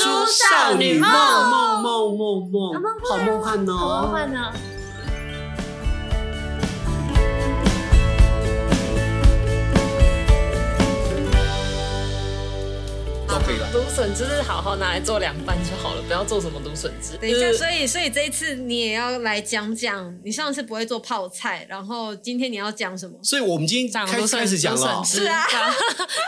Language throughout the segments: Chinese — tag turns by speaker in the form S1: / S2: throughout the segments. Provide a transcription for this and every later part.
S1: 少女梦
S2: 梦梦梦
S1: 啊
S2: 梦
S1: 梦，
S2: 好梦幻哦！
S1: 好梦幻呢。
S3: 都可以了。芦笋汁好好拿来做凉拌就好了，不要做什么芦笋汁。
S4: 等一下，所以所以这一次你也要来讲讲，你上次不会做泡菜，然后今天你要讲什么？
S2: 所以我们今天
S3: 讲
S2: 开
S3: 芦
S2: 始
S3: 笋
S2: 开始讲了哦
S3: 芦，笋汁
S4: 是啊，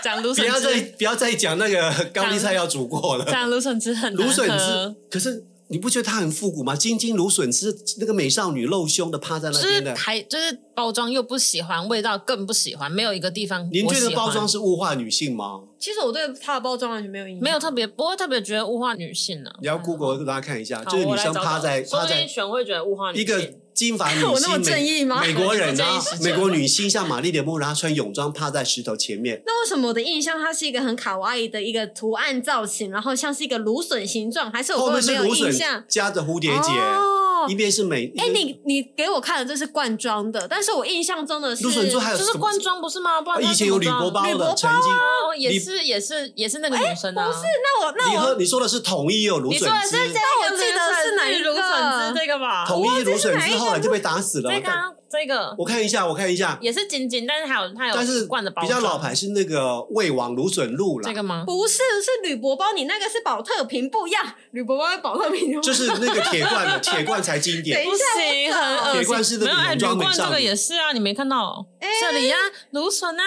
S3: 讲 讲芦
S2: 不
S3: 笋
S2: 要再
S3: 汁，
S2: 不要再讲那个高丽菜要煮过 了，
S3: 讲芦笋汁很难
S2: 芦笋
S3: 喝
S2: 汁。可是你不觉得它很复古吗？金金芦笋汁，那个美少女露胸的趴在那
S3: 就
S2: 边
S3: 是
S2: 的，
S3: 台就是包装又不喜欢，味道更不喜欢，没有一个地方
S2: 您
S3: 我
S2: 觉得
S3: 喜欢
S2: 包装是物化女性吗？
S4: 其实我对它的包装完全没有印象，
S3: 没有特别，不会特别觉得物化女性呢、啊。
S2: 你要 Google 给大家看一下，
S3: 好
S2: 就是
S3: 我
S2: 女
S3: 来
S2: 生
S3: 找
S2: 趴
S3: 找
S2: 在
S3: 说
S2: 趴
S3: 不定
S2: 在
S3: 选会觉得物化女
S2: 一个
S3: 性。
S2: 金发女
S4: 我那么
S2: 星
S4: 正义吗
S2: 美美国人
S3: 我
S2: 啊
S3: 不建议，是这
S2: 美
S3: 样
S2: 国女星像玛丽莲梦露，她穿泳装趴在石头前面，
S4: 那为什么我的印象它是一个很卡哇伊的一个图案造型，然后像是一个芦笋形状，哦还是 我
S2: 后面
S4: 根本
S2: 是
S4: 没有
S2: 芦
S4: 印
S2: 笋
S4: 象？
S2: 夹着蝴蝶结，
S4: 哦
S2: 一边是美。
S4: 哎、你你给我看的这是罐装的，但是我印象中的是
S2: 芦笋珠还有
S3: 就
S2: 什
S3: 是
S2: 么哦
S3: 罐装不是吗？不然它
S2: 以前有
S3: 怎么
S2: 铝箔
S3: 装
S2: 包
S4: 铝箔包
S2: 的，
S4: 啊
S2: 曾经。
S3: 哦，也是也是也是那个女生啊。
S4: 那我
S2: 你
S4: 那
S2: 喝
S4: 我
S2: 你说的是统一哦，芦
S3: 你
S2: 笋
S3: 说的是这
S2: 汁，
S4: 那
S3: 个
S4: 我记得是哪一个
S3: 芦笋汁这个吧？
S2: 统一芦笋
S4: 哪一
S2: 汁
S4: 个
S2: 后来就被打死了。
S3: 这个
S2: 但
S3: 啊这个
S2: 我看一下，我看一下，
S3: 也是紧紧，但是还有它有
S2: 但是
S3: 罐的包
S2: 比较
S3: 装
S2: 老牌是那个魏王芦笋露啦
S3: 这，个吗？
S4: 不是是铝箔包，你那个是保特瓶不一样，铝箔包跟保特瓶不一样
S2: 就是那个铁罐 的，铁罐才经典
S4: 等。一
S3: 不行，很恶心。
S2: 铁罐式的
S3: 没有哎，
S2: 泳
S3: 铝
S2: 装美
S3: 罐
S2: 少
S3: 这个
S2: 女
S3: 也是啊，你没看到？这里啊，芦笋啊，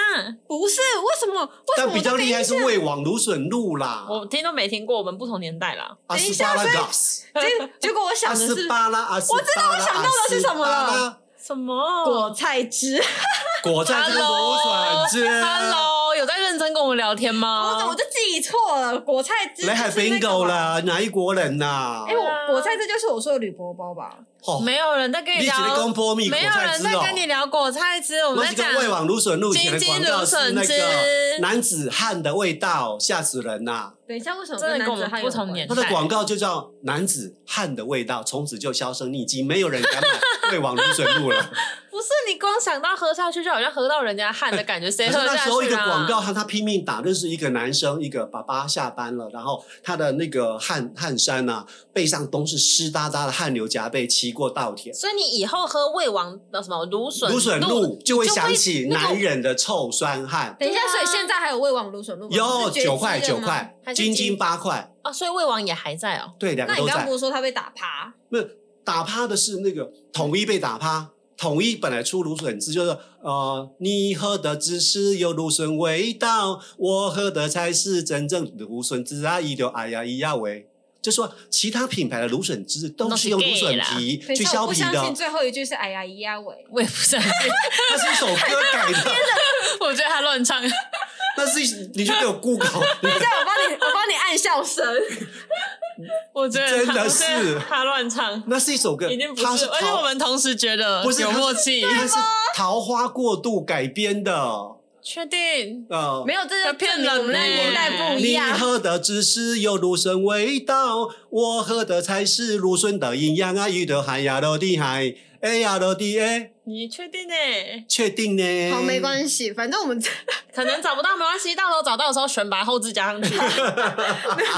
S4: 不是为什么？为什么
S2: 但比较
S4: 我都没
S2: 厉害是
S4: 印象
S2: 魏王芦笋露啦，
S3: 我听都没听过，我们不同年代啦。哎
S2: 阿
S4: 等一
S2: 斯
S4: 下
S2: 巴拉 gas，
S4: 结结果我想
S2: 阿
S4: 的
S2: 斯
S4: 是
S2: 巴拉，阿斯巴拉，我知
S4: 道我想到的是什么了
S3: 什么
S4: 果菜汁，
S2: 裹在这个芦笋汁。
S3: ？Hello，有在认真跟我们聊天
S4: 我怎
S3: 吗
S4: 么？就记错了？果菜汁
S2: 来海
S4: 就是那个
S2: bingo
S4: 嘛。
S2: 啦，哪一国人呐
S4: 哎、？我果菜汁就是我说的铝箔包吧？
S2: 哦，
S3: 没有人在跟
S2: 你
S3: 聊
S2: 只，能讲波蜜果
S3: 没有
S2: 菜
S3: 人
S2: 汁
S3: 在
S2: 哦。
S3: 跟你聊果菜汁，我
S2: 我
S3: 们在
S2: 是跟
S3: 讲
S2: 魏王芦笋露以前的广告是那
S3: 金金芦
S2: 个
S3: 笋汁
S2: 男子汉的味道，吓死人呐、
S4: 等一下，为什么
S3: 真的
S4: 男
S3: 跟我
S4: 子
S3: 们
S4: 汉
S3: 不
S4: 有
S3: 同
S4: 关
S3: 年
S2: 他的广告就叫男子汉的味道，从此就销声匿迹，没有人敢买魏王芦笋露 了。
S3: 不是你光想到喝下去就好像喝到人家汗的 感觉，
S2: 可
S3: 谁
S2: 是
S3: 喝
S2: 那
S3: 下
S2: 时候一
S3: 去
S2: 个
S3: 啊？
S2: 广告，他他拼命打，就是一个男生，一个爸爸下班了，然后他的那个汗汗衫啊，背上都是湿哒哒的汗流浃背，骑过稻田。
S3: 所以你以后喝魏王的什么芦笋
S2: 芦笋露就会想起
S3: 那种
S2: 男人的臭酸汗，
S4: 等一下，
S3: 对啊
S4: 所以现在还有未往芦笋露吗
S2: 有
S4: 是绝迹
S2: 九块
S4: 了
S2: 九
S4: 吗
S2: 块，
S4: 还是
S2: 金
S4: 绝
S2: 金八块，
S3: 啊，所以魏王也还在哦。
S2: 对，两
S4: 那
S2: 个都
S4: 你刚刚
S2: 在
S4: 不。是说他被打趴？
S2: 不是打趴的是那个统一被打趴，统一本来出芦笋汁就是呃，你喝的只是有芦笋味道，我喝的才是真正的芦笋汁啊！一流哎呀咿呀喂，就说其他品牌的芦笋汁都是用芦笋皮
S4: 等一
S2: 去
S4: 下，
S2: 削
S4: 我不
S2: 皮
S4: 相信
S2: 的，
S4: 最后一句是哎呀咿呀喂。
S3: 我也不是很确定，
S2: 那是一首歌 改的，
S3: 我觉得他乱唱。
S2: 那是一你就给我 Google，
S4: 等一下，我帮你，我帮你按笑声。
S3: 我觉得
S2: 真的
S3: 他
S2: 是
S3: 我觉得他乱唱，
S2: 那是一首歌，
S3: 一定不
S2: 它
S3: 是。而且
S2: 桃
S3: 我们同时觉得
S2: 不是
S3: 有
S2: 它是
S3: 默契，
S2: 它是桃花过度改编的，
S3: 确定？
S2: 呃，
S4: 没有，这就
S3: 他骗
S4: 证明
S3: 人
S4: 我们那个
S3: 呢
S4: 年代不一
S2: 你
S3: 啊
S4: 样。
S2: 喝的只是有芦笋味道，我喝的才是芦笋的营养啊！遇到海呀落地海，哎呀落地哎，
S3: 你确定诶？
S2: 确定呢？
S4: 好，没
S2: 系。
S4: 关系，反正我们这
S3: 可能找不到没关系，到时候找到的时候选拔后置加上去。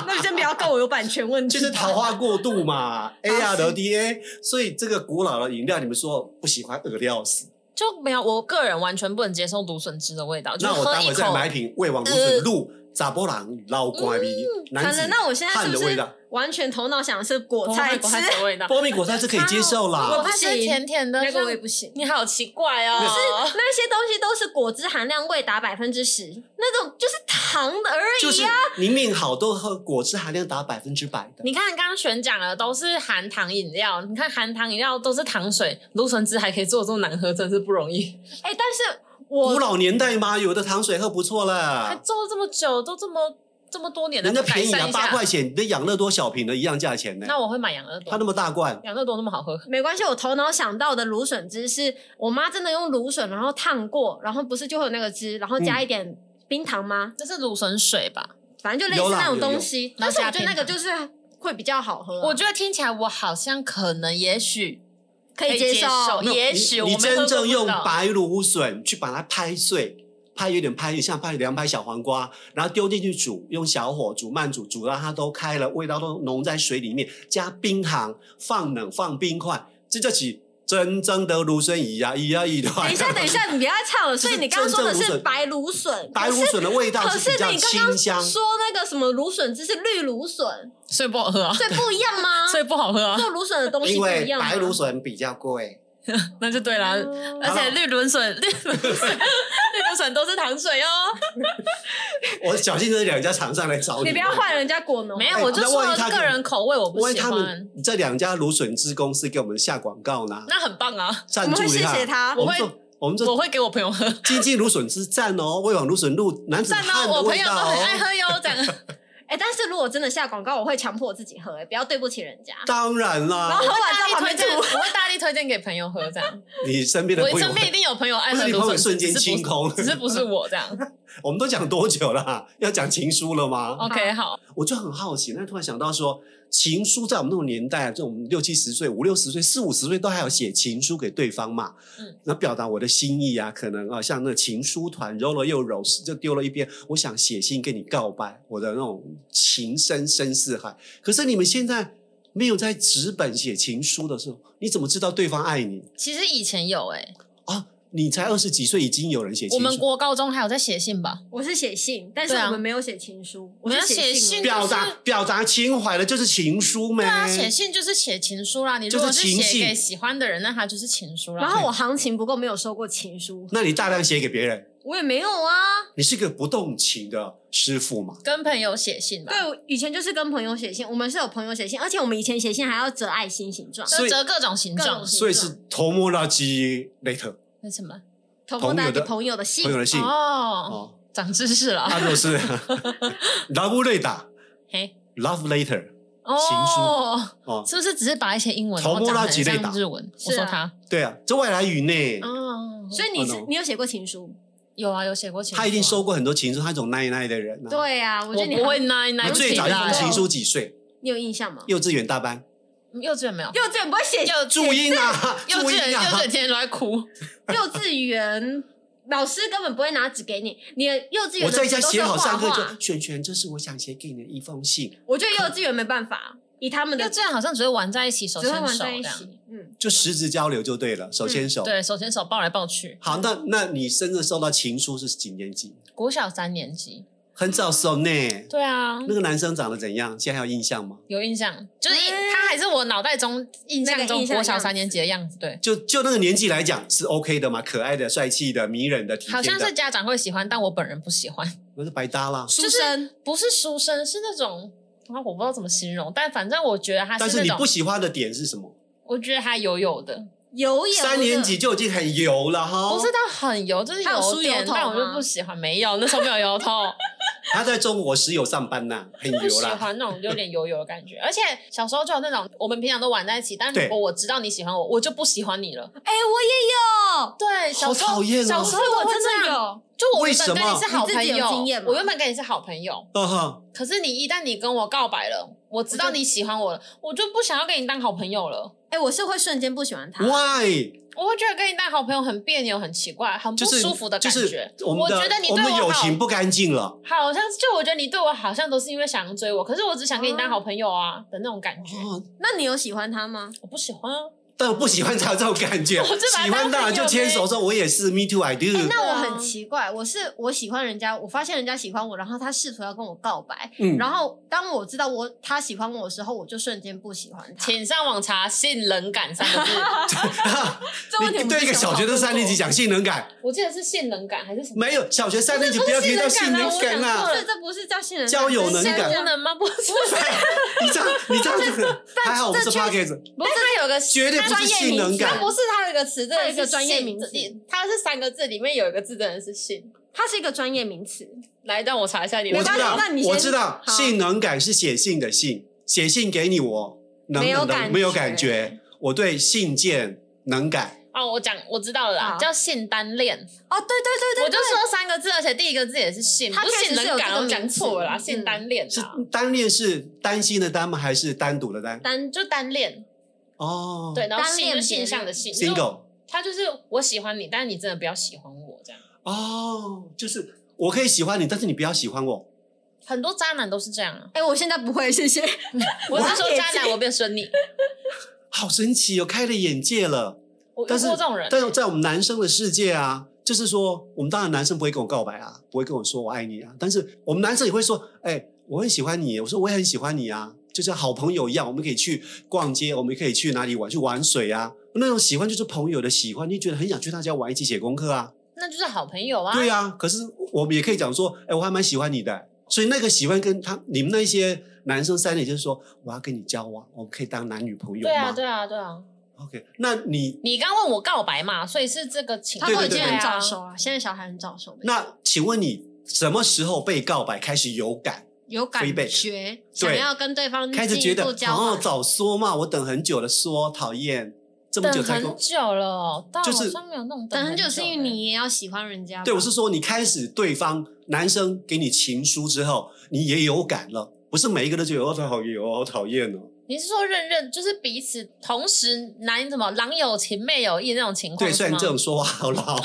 S4: 那先不要告我有版权问题。
S2: 就是桃花过度 嘛，哎呀落地哎，所以这个古老的饮料，你们说不喜欢饿的要死，
S3: 就没有，我个人完全不能接受芦笋汁的味道，就
S2: 那
S3: 是
S2: 我
S3: 喝
S2: 待
S3: 一
S2: 会再
S3: 口
S2: 买一瓶魏王芦笋露，咋波郎老瓜味，男
S4: 惨
S2: 子
S4: 呃嗯了，那我现在
S2: 汉
S4: 是
S2: 的
S4: 不
S2: 味
S4: 是
S2: 道，
S4: 完全头脑想的是果
S3: 我
S4: 菜
S3: 会
S4: 汁
S3: 不？太的味道。
S2: 波蜜果菜是可以接受
S3: 我
S2: 啦
S4: 不，
S3: 它是
S4: 行
S3: 甜甜的，
S4: 那个我也
S3: 像
S4: 不行。
S3: 你好奇怪哦，
S4: 那些东西都是果汁含量未达百分之十，那种就是糖的而已。
S2: 就是你命好都喝果汁含量达百分之百的。
S3: 你看刚刚选讲了都是含糖饮料，你看含糖饮料都是糖水，芦笋汁还可以做这么难喝，真是不容易。
S4: 哎、但是
S2: 古
S4: 我
S2: 老年代嘛，有的糖水喝不错
S3: 还
S2: 了，
S3: 做了这么久，都这么这么多年了，
S2: 啊人家
S3: 不改
S2: 便宜
S3: 善
S2: 啊
S3: 一，下
S2: 八块。钱，你的养乐多小瓶的一样价钱呢。
S3: 那我会买养乐多
S2: 它，那么大罐，
S3: 养乐多那么好喝，
S4: 没关系，我头脑想到的芦笋汁是我妈真的用芦笋，然后烫过，然后不是就会有那个汁，然后加一点冰糖吗？
S3: 这是芦笋水吧？
S4: 反正就类似那种东西。
S3: 有啦有有
S4: 但是我觉得那个就是会比较好喝啊、
S3: 我觉得听起来我好像可能也许
S4: 可以
S3: 接
S4: 接受。
S3: 也许
S2: 你
S3: 我
S2: 你
S3: 没喝过
S2: 真正
S3: 不
S2: 用
S3: 知道
S2: 白芦笋去把它拍碎，拍有点拍像拍凉拍小黄瓜，然后丢进去煮，用小火煮慢煮，煮到它都开了，味道都浓在水里面，加冰糖，放冷放冰块，这就起真正的芦笋鱼啊呀，鱼呀鱼的。
S4: 等一下，等一下，你不要再唱了。所以你刚刚说的
S2: 这是
S4: 是
S2: 正
S4: 白芦笋，
S2: 白芦笋的味道
S4: 可是。可
S2: 是比较
S4: 你刚
S2: 清香
S4: 刚，说那个什么芦笋汁是绿芦笋，
S3: 所以不好喝啊，
S4: 所以不一样吗？
S3: 所以不好喝啊，
S4: 做芦笋的东西
S2: 因
S4: 不
S2: 为
S4: 一样吗啊
S2: 白芦笋比较贵。
S3: 那就对啦。
S4: 哦
S3: 而且绿芦笋、绿芦笋、绿芦笋都是糖水哦。
S2: 我小心这两家厂商来找哦你。
S4: 你不要换人家果农，
S3: 没有，
S2: 哎
S3: 我就
S2: 那
S3: 说
S2: 万一他
S3: 个人口味我不
S2: 万一
S3: 喜
S2: 他
S3: 欢
S2: 们，这两家芦笋汁公司给我们下广告呢，
S3: 那很棒啊，
S4: 我
S2: 赞
S4: 们
S2: 助
S4: 会
S2: 一
S4: 谢
S2: 下。
S4: 谢他。
S2: 我们
S3: 我会
S2: 这我们这
S3: 我会给我朋友喝。
S2: 经济芦笋汁赞哦，为往芦笋路男子
S3: 赞
S2: 汉
S3: 哦，
S2: 的
S3: 我朋
S2: 味
S3: 友
S2: 道
S3: 都很爱
S2: 哦。
S3: 喝 哟，这样。
S4: 哎，但是如果真的下广告，我会强迫我自己喝，哎，不要对不起人家。
S2: 当然
S4: 然
S2: 啦
S4: 后，喝完在
S3: 大力
S4: 旁
S3: 推
S4: 边
S3: 荐，我
S4: 吐。
S3: 会大力推荐给朋友喝这样。
S2: 你身边的
S3: 我
S2: 朋友
S3: 身边一定有朋友爱喝芦
S2: 不是你朋友
S3: 笋，
S2: 瞬间
S3: 只是不
S2: 清空
S3: 只是不是我这样。
S2: 我们都讲多久了？ 要讲情书了吗？
S3: OK，好，
S2: 我就很好奇，那突然想到说，情书在我们那种年代，啊就我们六七十岁、五六十岁、四五十岁都还有写情书给对方嘛，
S3: 嗯，
S2: 那表达我的心意啊，可能啊，像那情书团揉了又揉，就丢了一边，我想写信跟你告白，我的那种情深深似海。可是你们现在没有在纸本写情书的时候，你怎么知道对方爱你
S3: 其实以前有哎，
S2: 啊？你才二十几岁，已经有人写
S3: 我
S2: 情
S3: 们
S2: 书，
S3: 国高中还有在写信吧？
S4: 我是写信，但是
S3: 对啊
S4: 我们没有写情书，我
S3: 们
S4: 是
S3: 要写
S4: 信
S3: 信
S4: 哦。
S2: 表达表达情怀的就是情书呗。
S3: 对啊，写信就是写情书啦。你如
S2: 就是
S3: 果是
S2: 情
S3: 写给
S2: 信
S3: 喜欢的人，那他就是情书
S4: 然
S3: 啦。
S4: 后我行情不够，没有收过情书，
S2: 那你大量写给别人。
S4: 我也没有啊。
S2: 你是个不动情的师傅嘛？
S3: 跟朋友写信吧，
S4: 对，我以前就是跟朋友写信，我们是有朋友写信，而且我们以前写信还要折爱心形状，
S2: 所
S3: 就
S2: 以
S3: 折各种形
S4: 各
S3: 状
S4: 种。形
S2: 所以是头目拉基 later
S3: 为什么？
S4: 偷
S2: 朋
S4: 偷
S2: 友
S4: 带
S2: 的
S4: 给朋友的信
S2: 朋。友的信
S3: 哦，
S2: 哦，
S3: 长知识了。
S2: 他就是 love later
S3: 嘿，
S2: love later
S3: 哦，
S2: 哦，
S3: 是不是只是把一些英文
S2: 头
S3: 然后
S2: 摸
S3: 长
S2: 到
S3: 得很
S2: 几类打
S3: 像日文？我
S4: 是
S3: 说
S4: 啊
S3: 他
S2: 对啊，这外来语
S4: 嗯
S2: 呢，
S3: 哦，所
S4: 所
S3: 以
S4: 以你
S2: 哦
S4: 是
S2: ，no
S4: 你有写过情书？
S3: 有啊，有写过情书啊。
S2: 他一定收过很多情书，他这种奈奈的人啊。，
S4: 对啊，我
S3: 我
S4: 觉得你
S3: 不会
S4: 好，
S3: 奶奶
S2: 你
S3: 不
S2: 最
S3: 起
S2: 早一
S3: 来
S2: 封
S3: 哦
S2: 情书几岁？
S4: 你有印 象吗？
S2: 幼稚园大班，
S3: 幼稚园没有，
S4: 幼稚园不会写，
S3: 幼
S2: 注音啊，
S3: 幼
S2: 注
S3: 稚园
S2: 音
S3: 幼稚园
S2: 啊
S3: 天，天都在哭。
S4: 幼稚园老师根本不会拿纸给你，你的幼稚园
S2: 我
S4: 的
S2: 在家
S4: 纸都是
S2: 写好上课
S4: 画画
S2: 就，璇璇，这是我想写给你的一封信，
S4: 我觉得幼稚园没办法，以他 们
S3: 幼
S4: 的
S3: 稚园好像只会玩在一起，手
S4: 只会
S3: 牵
S4: 玩
S3: 手
S4: 在
S3: 这
S4: 一
S3: 样。
S4: 起，嗯，
S2: 就实质交流就对了，手牵手。
S3: 对，手牵手抱来抱去。
S2: 好，那那你真正收到情书是几年级？
S3: 国小三年级。
S2: 很早收呢。
S3: 对啊，
S2: 那个男生长得怎样？现在还有印象吗？
S3: 有印象，就是印
S4: 嗯
S3: 他还是我脑袋中印象
S4: 那个
S3: 中
S4: 印象
S3: 国小
S4: 样子
S3: 三年级的样子。对，
S2: 就就那个年纪来讲是 OK 的嘛，可爱的、帅气的、迷人的、体贴的，
S3: 好像是啊家长会喜欢，但我本人不喜欢。
S2: 那是白搭啦。
S4: 书生
S3: 不是书生，是那种啊，我不知道怎么形容，但反正我觉得他
S2: 但是
S3: 那
S2: 你
S3: 种，
S2: 不喜欢的点是什么？
S3: 我觉得他油油的，
S4: 油油的
S2: 三年级就已经很油了哈。
S3: 不是到很油，就是
S4: 他有梳油
S3: 点，
S4: 头
S3: 但我就
S4: 吗
S3: 不喜欢。没有，那时候没有油头，
S2: 他在中国石油上班呐，很
S3: 不
S2: 油
S3: 喜
S2: 啦。
S3: 欢那种有点油油的感觉。而且小时候就有那种，我们平常都玩在一起，但
S2: 对
S3: 如果我知道你喜欢我，我就不喜欢你了。
S4: 哎，我也有。
S3: 对，小时
S2: 好
S3: 候
S2: 讨厌哦
S3: 小时候
S4: 我
S3: 我
S4: 真的
S3: 有，
S4: 有，
S3: 就我
S2: 为
S3: 原
S2: 什
S3: 本跟
S2: 么
S3: 是好
S4: 你自
S3: 朋
S4: 己有
S3: 友
S4: 经验，吗
S3: 我原本跟你是好朋友，
S2: 嗯哼，
S3: 可是你一旦你跟我告白了，我知
S4: 我
S3: 道
S4: 就
S3: 你喜欢我了，我就不想要跟你当好朋友了。
S4: 哎、我是会瞬间不喜欢他。
S2: ，Why？
S3: 我会觉得跟你当好朋友很别扭、很奇怪、很不
S2: 就是
S3: 舒服的感觉。
S2: 就是我们的
S3: 觉得你
S2: 我
S3: 对
S2: 们的友
S3: 好，
S2: 情不干净了。
S3: 好像是就我觉得你对我好像都是因为想追我，可是我只想跟你当好朋友啊的那种感觉，
S2: 哦，
S4: 那你有喜欢他吗？
S3: 我不喜欢啊。
S2: 但我不喜欢才有这种感觉。
S3: 我就把他
S2: 喜欢当然就牵手说我也是，Me too I do。
S4: 那我
S3: 对啊
S4: 很奇怪，我是我喜欢人家，我发现人家喜欢我，然后他试图要跟我告白，
S2: 嗯，
S4: 然后当我知道我他喜欢我的时候，我就瞬间不喜欢他。
S3: 请上网查“性冷感”三个字，
S4: 这问题我
S2: 你
S4: 们
S2: 对一
S4: 之
S2: 个
S4: 前
S2: 小
S4: 有
S2: 学
S4: 讨
S2: 生
S4: 论
S2: 三年级
S4: 过，
S2: 讲性能感，
S3: 我记得是性冷感还是什么？
S2: 没有小学三年级不要提到性
S3: 不
S2: 能
S3: 是不是性
S2: 感
S3: 冷感啊
S2: 啦
S3: 我讲错。了
S4: 这这不是叫信任
S2: 交友能
S4: 这
S2: 感
S4: 是
S3: 功
S4: 真的
S3: 能吗？不是，
S2: 你这样，你这样子，还好我们是
S4: 这确
S2: p o d c a s t
S3: 不是它有个词
S2: 绝对不是性能
S3: 它
S2: 感。
S3: 不是它有一个词，真
S4: 它
S3: 的
S4: 有一个
S3: 是
S4: 专业
S3: 性
S4: 名词
S3: 它是三个字里面有一个字真的是性。
S4: 它是一个专业名词。
S3: 来，让我查一下你
S2: 我
S3: 的
S4: 没
S2: 知
S4: 关系
S2: 道
S4: 那你，先
S2: 我知道，
S4: 好
S2: 性能感是写信的信，写信给你我能
S4: 没有
S2: 能
S4: 感觉
S2: 能没有感觉，我对信件能感。
S3: 哦，我讲我知道了啦
S4: 好，
S3: 叫性单恋。
S4: 哦，对对对对，
S3: 我就说三个字，而且第一个字也是性，
S4: 它
S3: 不是
S4: 确实
S3: 性
S4: 是有
S3: 冷
S4: 这
S3: 感，啊
S4: 个
S3: 我讲
S4: 名词
S3: 错了啦，
S4: 嗯
S3: 性单恋啊
S2: 是
S3: 啦，
S2: 单恋是担心的单吗？还是单独的单？
S4: 单
S3: 就单恋，
S2: 哦，
S3: 对，然后
S4: 单
S3: 性
S4: 恋
S3: 就是
S4: 别
S3: 性
S4: 人
S3: 向的性，就是
S2: ，single。
S3: 他就是我喜欢你，但是你真的不要喜欢我这样。
S2: 哦，就是我可以喜欢你，但是你不要喜欢我。
S3: 很多渣男都是这样啊。
S4: 哎、我现在不会， 谢谢。
S3: 我是说渣男，我变顺你，
S2: 好神奇哦，开了眼界了。
S3: 我遇
S2: 但
S3: 过
S2: 是
S3: 这种人，
S2: 但是在我们男生的世界啊，就是说，我们当然男生不会跟我告白啊，不会跟我说我爱你啊，但是我们男生也会说，哎，我很喜欢你，我说我也很喜欢你啊，就像好朋友一样，我们可以去逛街，我们可以去哪里玩，去玩水啊，那种喜欢就是朋友的喜欢，你觉得很想去他家玩，一起写功课啊，
S3: 那就是好朋友啊。
S2: 对啊，可是我们也可以讲说，哎，我还蛮喜欢你的，所以那个喜欢跟他你们那些男生三点就是说，我要跟你交往，我们可以当男女朋友吗？
S3: 对啊，对啊，对啊。
S2: OK，那你
S3: 你刚问我告白嘛，所以是这个情
S4: 他
S3: 况
S2: 对
S4: 都已经
S2: 对
S4: 很
S3: 对
S4: 早
S3: 啊
S4: 熟了，现在小孩很早熟的，
S2: 那请问你什么时候被告白开始有感，
S4: 有感
S2: feedback
S4: 觉，想要跟对方
S2: 开始
S4: 嗯进
S2: 觉
S4: 一
S2: 得
S4: 步交
S2: 哦
S4: 往，，
S2: 早说嘛，我等很久了说，讨厌这么久
S3: 等
S2: 才跟
S3: 很
S2: 我。
S3: 久了，但
S2: 就是
S3: 好像没有那种
S4: 等很
S3: 久欸
S4: 久
S3: 的
S4: 是因为你也要喜欢人家吧。
S2: 对，我是说你开始对方男生给你情书之后，你也有感了，不是每一个都觉得哦好讨厌哦，好讨厌哦。
S3: 你是说认认就是彼此同时男什么郎有情妹有意那种情况
S2: 对，
S3: 是
S2: 虽然
S3: 吗
S2: 这种说话好老哦，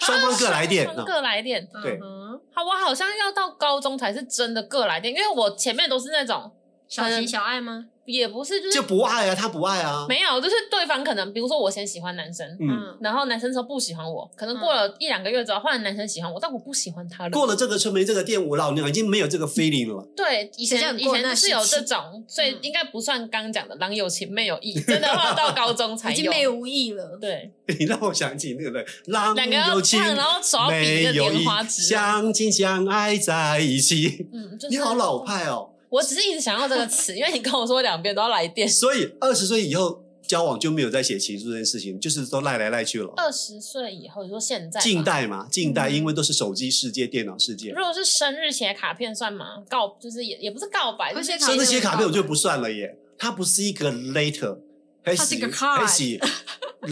S2: 双方各来点
S3: 双
S2: 啊。
S3: 各来电。
S2: 对
S4: 嗯哼，
S3: 好，我好像要到高中才是真的各来电，因为我前面都是那种
S4: 小情小爱吗？
S3: 也不是就是
S2: 就不爱啊，他不爱啊。
S3: 没有，就是对方可能比如说我先喜欢男生，
S2: 嗯，
S4: 嗯，
S3: 然后男生说不喜欢我，可能过了一两个月之后，换了男生喜欢我，但我不喜欢他了。
S2: 过了这个村没这个店，我老娘已经没有这个 feeling 了。
S3: 对，以
S4: 谁叫
S3: 前
S4: 你
S3: 以
S4: 过
S3: 前
S4: 那
S3: 就是
S4: 时
S3: 有
S4: 期
S3: 这种，所以
S4: 嗯
S3: 应该不算刚讲的郎有情妹有意，真的话到高 中才
S4: 已经没
S3: 有。
S4: 无意了。
S3: 对，
S2: 你让我想起那个人，郎
S3: 两个要
S2: 有情
S3: 唱，然后手要比
S2: 没
S3: 一个
S2: 有
S3: 莲
S2: 意
S3: 花指啊。
S2: 相亲相爱在一 起。
S3: 嗯，就是
S2: 你好老。派哦！
S3: 我只是一直想要这个词，因为你跟我说两遍都要来电。
S2: 所以二十岁以后交往就没有再写情书这件事情，就是都赖来赖去了。
S3: 二十岁以后，你说现在吧
S2: 近，代嘛，近代
S4: 嗯
S2: 因为都是手机世界、电脑世界
S3: 如，果是生日写卡片算吗？告就是也也不是告白，
S4: 会
S3: 就
S4: 写
S3: 是
S4: 卡
S2: 甚
S4: 片
S2: 至写卡片我就不算了耶。它不是一个 later，还
S4: 它是一个 card
S2: 还是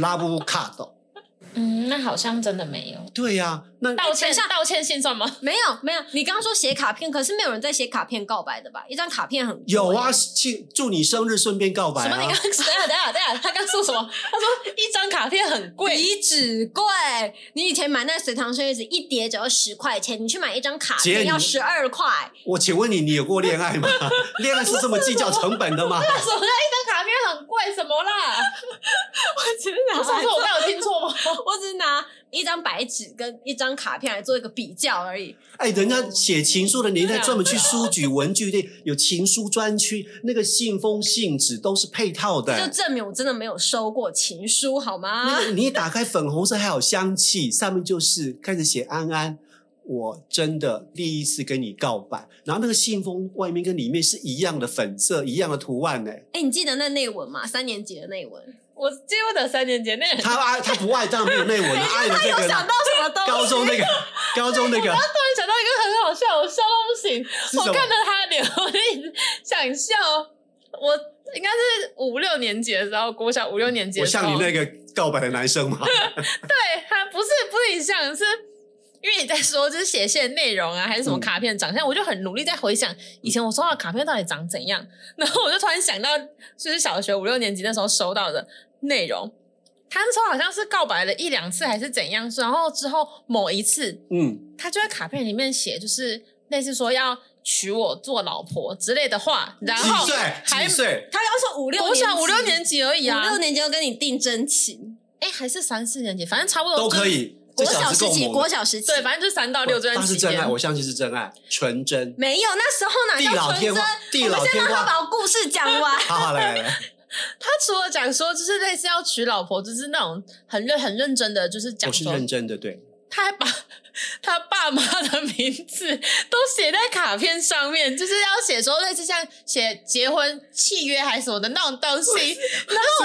S2: love card。
S3: 嗯，那好像真的没有
S2: 对呀、那
S3: 道
S4: 等
S3: 歉
S4: 一下，
S3: 道歉信算吗？
S4: 没有没有，你刚刚说写卡片，可是没有人在写卡片告白的吧？一张卡片很
S2: 有啊，庆祝你生日顺便告白
S3: 什么？你
S2: 啊
S3: 刚！ 等一下等一下等一下，他刚说什么？他说一张卡片很贵，
S4: 比纸贵。你以前买那隋唐生日纸一叠只要十块钱，你去买一张卡
S2: 姐
S4: 片
S2: 你
S4: 要十二块。
S2: 我请问你，你有过恋爱 吗？恋爱是这么计较成本的吗？
S3: 什么叫一张卡片很贵？什么啦？
S4: 我只是
S3: 我上次我没有听错 吗？
S4: 我只是拿一张白纸跟一张卡片来做一个比较而已。
S2: 哎，人家写情书的年代
S3: 对啊
S2: 专门去书局、文具店有情书专区，那个信封、信纸都是配套的、
S4: 这就证明我真的没有收过情书，好吗
S2: 那？个你一打开粉红色还有香气，上面就是开始写安安，我真的第一次跟你告白。然后那个信封外面跟里面是一样的粉色，一样的图案呢、
S4: 哎、你记得那内文吗？三年级的内文，
S3: 我记不得三年前 那人，
S2: 他爱他不爱，当然没有内文了，爱的这
S4: 有
S2: 个
S4: 想
S2: 呢
S4: 到什么东西？
S2: 高中那个高中那个
S3: 突然想到一个很好笑，我笑到不行。
S2: 是什
S3: 我
S2: 么？
S3: 看着他的脸，我就一直想笑。我应该是五六年级的时候，国小五六年级
S2: 我
S3: 的时候，
S2: 像你那个告白的男生吗？
S3: 对他不是不是你像是。因为你在说就是写信的内容啊，还是什么
S2: 嗯
S3: 卡片长相，我就很努力在回想以前我收到的卡片到底长怎样， 然后我就突然想到，就是小学五六年级那时候收到的内容，他那时候好像是告白了一两次还是怎样，然后之后某一次
S2: 嗯，
S3: 他就在卡片里面写，就是类似说要娶我做老婆之类的话，然
S2: 几
S3: 后
S2: 岁？
S3: 还
S2: 几岁？
S4: 他刚说五六
S3: 国
S4: 年级，
S3: 小五六年级而已
S4: 五
S3: 啊，
S4: 六年级要跟你定真情，
S3: 哎、还是三四年级，反正差不多
S2: 都
S3: 就是
S2: 可。以。
S4: 国
S2: 这小
S4: 小
S2: 子
S4: 时
S2: 够
S4: 期，
S2: 猛
S4: 国
S2: 的，
S4: 小时期，
S3: 对，反正就是三到六这
S2: 他
S3: 段
S2: 是
S3: 时
S2: 真
S3: 间
S2: 爱，。我相信是真爱，纯真，
S4: 没有那时候哪
S2: 地
S4: 叫
S2: 老
S4: 纯
S2: 天
S4: 真？
S2: 荒，地
S4: 我
S2: 老
S4: 们先
S2: 天
S4: 让他
S2: 荒。
S4: 把故事讲 完。
S2: 好好来来来，
S3: 他除了讲说，就是类似要娶老婆，就是那种很认很认真的，就是讲
S2: 我是
S3: 说，
S2: 认真的，对，
S3: 他还把他爸妈的名字都写在卡片上面，就是要写说类似像写结婚契约还是什么的那种东西。
S2: 所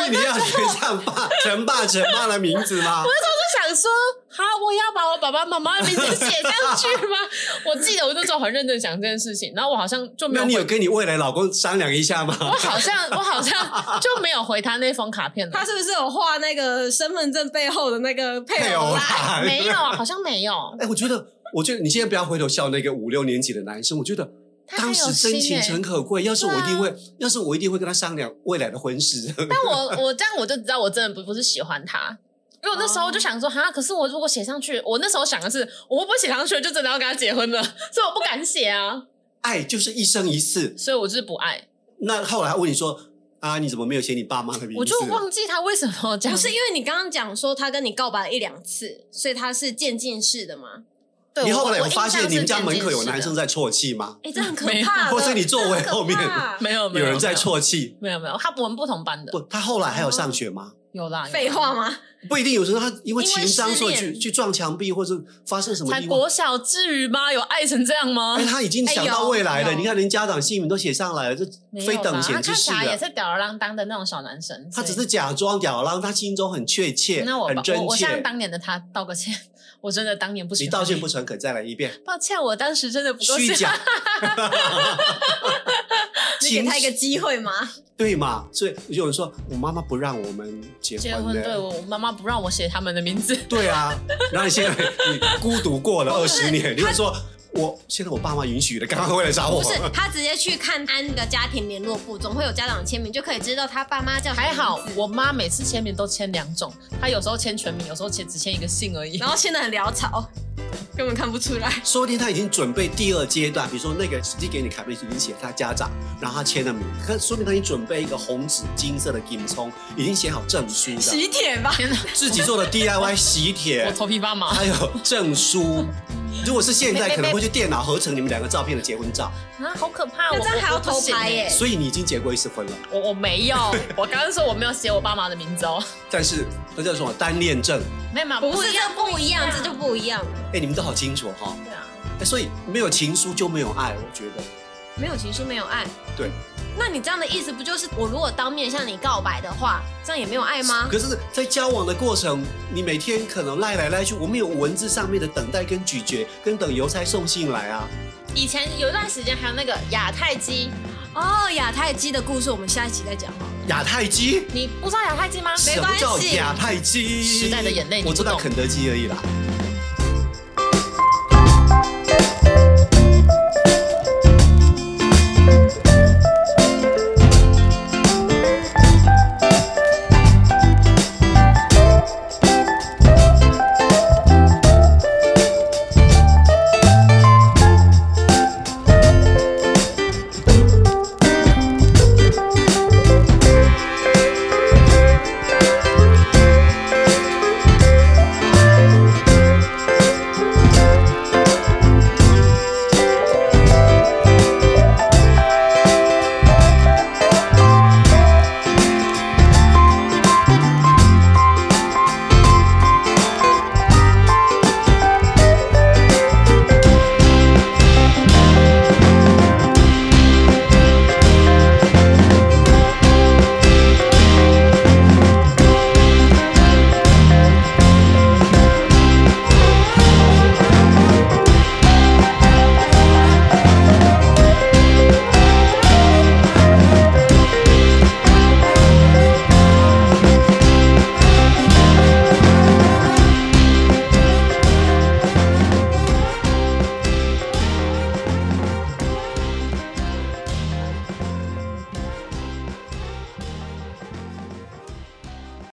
S2: 以你要学像爸、陈爸、陈妈的名字 吗？
S3: 就想说，好，我也要把我爸爸妈妈的名字写上去 吗？我记得我那时候很认真想这件事情，然后我好像就没
S2: 那
S3: 有
S2: 你有
S3: 回，
S2: 跟你未来老公商量一下
S3: 我
S2: 吗？
S3: 好像我好像就没有回他那封卡 片了。
S4: 是不是有画那个身份证背后的那个
S2: 配偶啦，
S3: 没有，啊好像没有。
S2: 哎，我觉得，我觉得你现在不要回头笑那个五六年级的男生，我觉得。
S3: 他很
S2: 当
S3: 有
S2: 时真
S3: 心
S2: 情
S3: 欸
S2: 诚可贵，要是我
S3: 对
S2: 一
S3: 啊
S2: 定会，要是我一定会跟他商量未来的婚事。
S3: 但我我这样我就知道我真的不不是喜欢他，因因为我那时候就
S2: 哦
S3: 想说，哈，可是我如果写上去，我那时候想的是，我会不会写上去就真的要跟他结婚了， 所以我不敢写啊，
S2: 爱就是一生一次。
S3: 所以我就是不爱，
S2: 那后来问你说啊，你怎么没有写你爸妈的名字？
S3: 我就忘记他为什么这样，
S4: 不是因为你刚刚讲说他跟你告白了一两次，所以他是渐进式的吗？
S3: 对
S2: 你
S3: 我
S2: 后来有
S3: 我印
S2: 发
S3: 象
S2: 现你
S3: 是
S2: 们家
S3: 渐
S2: 门
S3: 进
S2: 口有
S3: 式的
S2: 男生在啜泣吗？
S4: 哎、这很可
S3: 没有
S4: 怕的。
S2: 或是你座位
S4: 这很可
S2: 后面
S4: 怕
S3: 没哦有没
S2: 有人在
S3: 没
S2: 啜泣？
S3: 没有没有，他我们不同班的
S2: 不，他后来还
S3: 哦
S2: 有上学吗？
S3: 有啦，有啦
S4: 废话吗？
S2: 不一定，有时候他因为
S4: 因为
S2: 情商，
S4: 失
S2: 所以
S4: 恋
S2: 去去撞墙壁，或者发生什么
S3: 才
S2: 意外。
S3: 国小至于吗？有爱成这样吗？
S2: 哎，他已经想到未来
S4: 哎
S2: 了。
S4: 有
S2: 你看，连家长姓名都写上来了，这
S3: 没有
S2: 非
S3: 啦
S2: 等闲
S3: 他
S2: 之
S3: 看
S2: 事
S3: 起来也
S2: 了。
S3: 是吊儿郎当的那种小男生，
S2: 他只是
S3: 所以。
S2: 假装吊儿郎，他心中很确切，
S3: 那我
S2: 很
S3: 把
S2: 真
S3: 我我向
S2: 切。
S3: 当年的他道个歉，我真的当年不喜
S2: 你
S3: 欢
S2: 道歉不诚恳，再来一遍，
S3: 抱歉，我当时真的不够
S2: 虚
S3: 喜
S2: 假
S3: 欢。。
S4: 你给他一个机会吗？
S2: 对嘛？所以有人说我妈妈不让我们结
S3: 结
S2: 婚
S3: 婚对
S2: 的，
S3: 我，我妈妈不让我写他们的名字，
S2: 对啊。然后你现在你孤独过了二十年，你会说我现在我爸妈允许了，刚刚为了找我
S4: 不，是，他直接去看安的家庭联络簿，总会有家长签名，就可以知道他爸妈叫什么
S3: 还好
S4: 名字
S3: 我妈每次签名都签两种，她有时候签全名，有时候签只签一个姓而已
S4: 然。后签的很潦草，根本看不出来。
S2: 说不定他已经准备第二阶段，比如说那个递给你卡片已经写他家长，然后他签了名，可说明他已经准备一个红纸金色的金葱，已经写好证书的，
S4: 喜帖吧，
S3: 天哪，
S2: 自己做的 DIY 喜帖
S3: 我，头皮发麻。
S2: 还有证书。如果是现在，
S3: 没没
S2: 可能会去电脑合成你们两个照片的结婚照，
S3: 啊，好可怕！
S4: 那
S3: 我
S4: 这样还要偷拍耶、
S2: 所以你已经结过一次婚了。
S3: 我我没有， 我刚刚说我没有写我爸妈的名字哦，
S2: 但是那叫什么单恋证？
S3: 没有嘛，
S4: 不是
S3: 一
S4: 这
S3: 样
S4: 不一样，
S3: 不
S4: 这
S3: 一
S4: 就不一样了。
S2: 哎、你们都好清楚哈、
S3: 对啊，
S2: 哎所以没有情书就没有爱，我觉得
S4: 没有情书，没有爱。
S2: 对。
S4: 那你这样的意思不就是我如果当面向你告白的话，这样也没有爱
S3: 啊
S4: 吗？
S2: 可是，在交往的过程，你每天可能赖来赖去，我们有文字上面的等待跟咀嚼，跟等邮差送信来啊。
S3: 以前有一段时间还有那个亚太鸡，
S4: 哦，亚太鸡的故事我们下一集再讲哦好了。
S2: 亚太鸡，
S3: 啊你不知道亚太鸡吗？
S2: 什么叫亚太鸡？
S3: 时代的眼泪你
S2: 我
S3: 不
S2: 知
S3: 懂
S2: 道肯德基而已啦。